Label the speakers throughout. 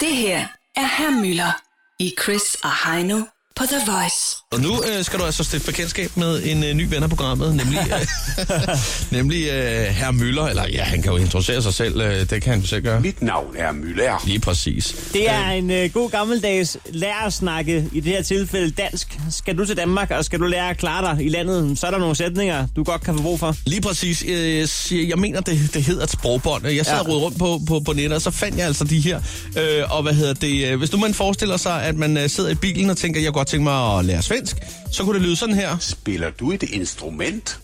Speaker 1: Det her er Herr Møller i Chris og Heino på The Voice.
Speaker 2: Og nu øh, skal du altså stifte bekendtskab med en øh, ny ven af programmet, nemlig, øh, nemlig øh, herr Møller. Eller ja, han kan jo introducere sig selv, øh, det kan han jo selv gøre.
Speaker 3: Mit navn er Møller.
Speaker 2: Lige præcis.
Speaker 4: Det er en øh, god gammeldags lærersnakke, i det her tilfælde dansk. Skal du til Danmark, og skal du lære at klare dig i landet, så er der nogle sætninger, du godt kan få brug for.
Speaker 2: Lige præcis. Øh, siger- jeg mener, det, det hedder et sprogbånd. Jeg sad
Speaker 4: Ja.
Speaker 2: og rodede rundt på, på, på nettet, og så fandt jeg altså de her. Øh, og hvad hedder det? øh, Hvis nu man forestiller sig, at man øh, sidder i bilen og tænker, jeg kunne godt tænke mig at lære svensk, så kunne det lyde sådan her.
Speaker 3: Spiller du et instrument?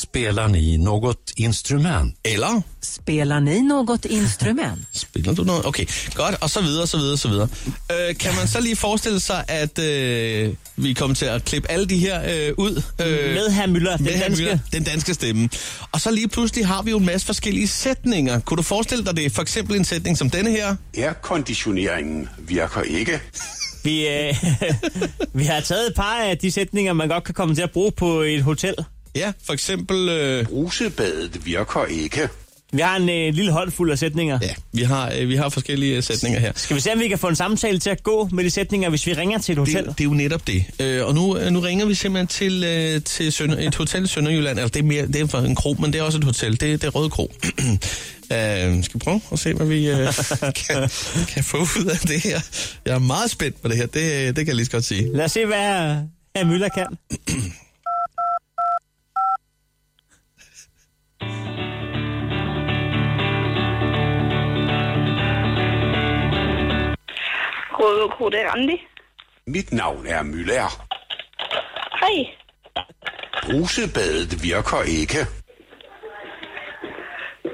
Speaker 5: Spelar ni något instrument?
Speaker 2: Eller...
Speaker 6: Spelar ni något instrument?
Speaker 2: Spiller du noget? Okay, godt, og så videre, så videre, så videre. Øh, kan man så lige forestille sig, at øh, vi kommer til at klippe alle de her øh, ud? Øh,
Speaker 4: Med herr Møller, den
Speaker 2: med Herre
Speaker 4: danske.
Speaker 2: Müller, den danske stemme. Og så lige pludselig har vi jo en masse forskellige sætninger. Kunne du forestille dig det? For eksempel en sætning som denne her.
Speaker 3: Airconditioneringen virker ikke.
Speaker 4: Vi, øh, vi har taget et par af de sætninger, man godt kan komme til at bruge på et hotel.
Speaker 2: Ja, for eksempel... Øh,
Speaker 3: Brusebadet virker ikke.
Speaker 4: Vi har en øh, lille hånd fuld af sætninger.
Speaker 2: ja, vi har, øh, vi har forskellige øh, sætninger her.
Speaker 4: Skal vi se, om vi kan få en samtale til at gå med de sætninger, hvis vi ringer til et
Speaker 2: Det,
Speaker 4: hotel?
Speaker 2: det er jo netop det. Øh, og nu, øh, nu ringer vi simpelthen til, øh, til Sønder, et hotel i Sønderjylland. Altså, det er, mere, det er for en kro, men det er også et hotel. Det, det er Røde Kro. øh, skal vi prøve at se, hvad vi øh, kan, kan få ud af det her? Jeg er meget spændt på det her. Det, øh, det kan jeg lige så godt sige.
Speaker 4: Lad os se, hvad herr Møller kan.
Speaker 7: Røde Kro, det er Randi.
Speaker 3: Mit navn er Møller.
Speaker 7: Hej.
Speaker 3: Brusebadet virker ikke.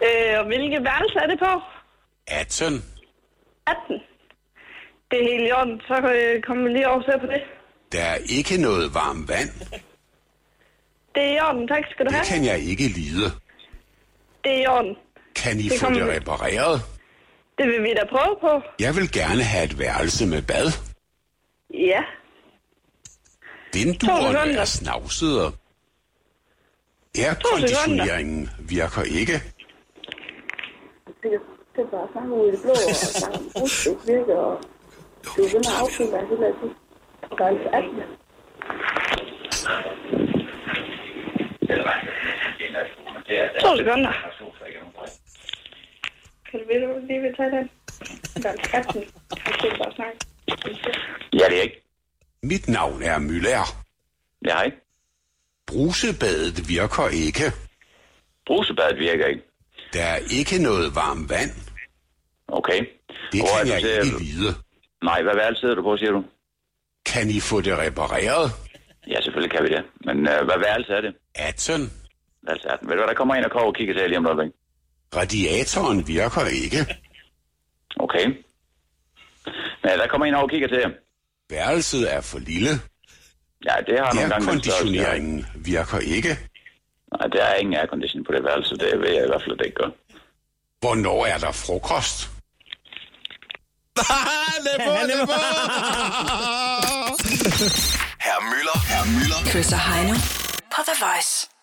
Speaker 7: Øh, og hvilke værelse er det på?
Speaker 3: 18.
Speaker 7: 18. Det er helt i orden. Så øh, kommer vi lige over og ser på det.
Speaker 3: Der er ikke noget varmt vand.
Speaker 7: Det er i orden. Tak skal du
Speaker 3: Det
Speaker 7: have.
Speaker 3: kan jeg ikke lide.
Speaker 7: Det er i orden.
Speaker 3: Kan I
Speaker 7: Det
Speaker 3: få
Speaker 7: kommer
Speaker 3: det
Speaker 7: vi-
Speaker 3: repareret?
Speaker 7: Det vil vi da prøve på.
Speaker 3: Jeg vil gerne have et værelse med bad.
Speaker 7: Ja. To
Speaker 3: Vinduerne
Speaker 7: sekunder.
Speaker 3: er snavsede. Airconditioneringen virker ikke.
Speaker 8: det, det er bare sang ud i det blå, og sang om brudstyk virker, og du er ved med at affinde dig hele tiden. Der er altså 18.
Speaker 7: To sekunder. Kan du vide, hvor du lige vil tage den? Der er 18. Jeg skal bare snakke.
Speaker 9: Ja, det er ikke.
Speaker 3: Mit navn er Møller.
Speaker 9: Det har jeg ikke.
Speaker 3: Brusebadet virker ikke.
Speaker 9: Brusebadet virker ikke.
Speaker 3: Der er ikke noget varmt vand.
Speaker 9: Okay.
Speaker 3: Det
Speaker 9: Hvor er
Speaker 3: kan
Speaker 9: du
Speaker 3: jeg
Speaker 9: til-
Speaker 3: ikke lide.
Speaker 9: Nej, hvad værelse sidder du på, siger du?
Speaker 3: Kan I få det repareret?
Speaker 9: Ja, selvfølgelig kan vi det. Men øh, hvad værelse er det?
Speaker 3: 18.
Speaker 9: Værelse er den. Ved du hvad, der kommer en og kommer og kigger til jer lige om et øjeblik.
Speaker 3: Radiatoren virker ikke.
Speaker 9: Okay. Ja, der kommer en over og kigger til jer.
Speaker 3: Værelset er for lille.
Speaker 9: Ja, det har nogle gange... den størrelse, det har.
Speaker 3: Airconditioneringen virker ikke.
Speaker 9: Nej, der er ingen aircondition på det værelse. Det ved jeg i hvert fald, at det ikke gør.
Speaker 3: Hvornår er der frokost?
Speaker 2: det er på, det er på!
Speaker 1: Chris og Heino på The Voice.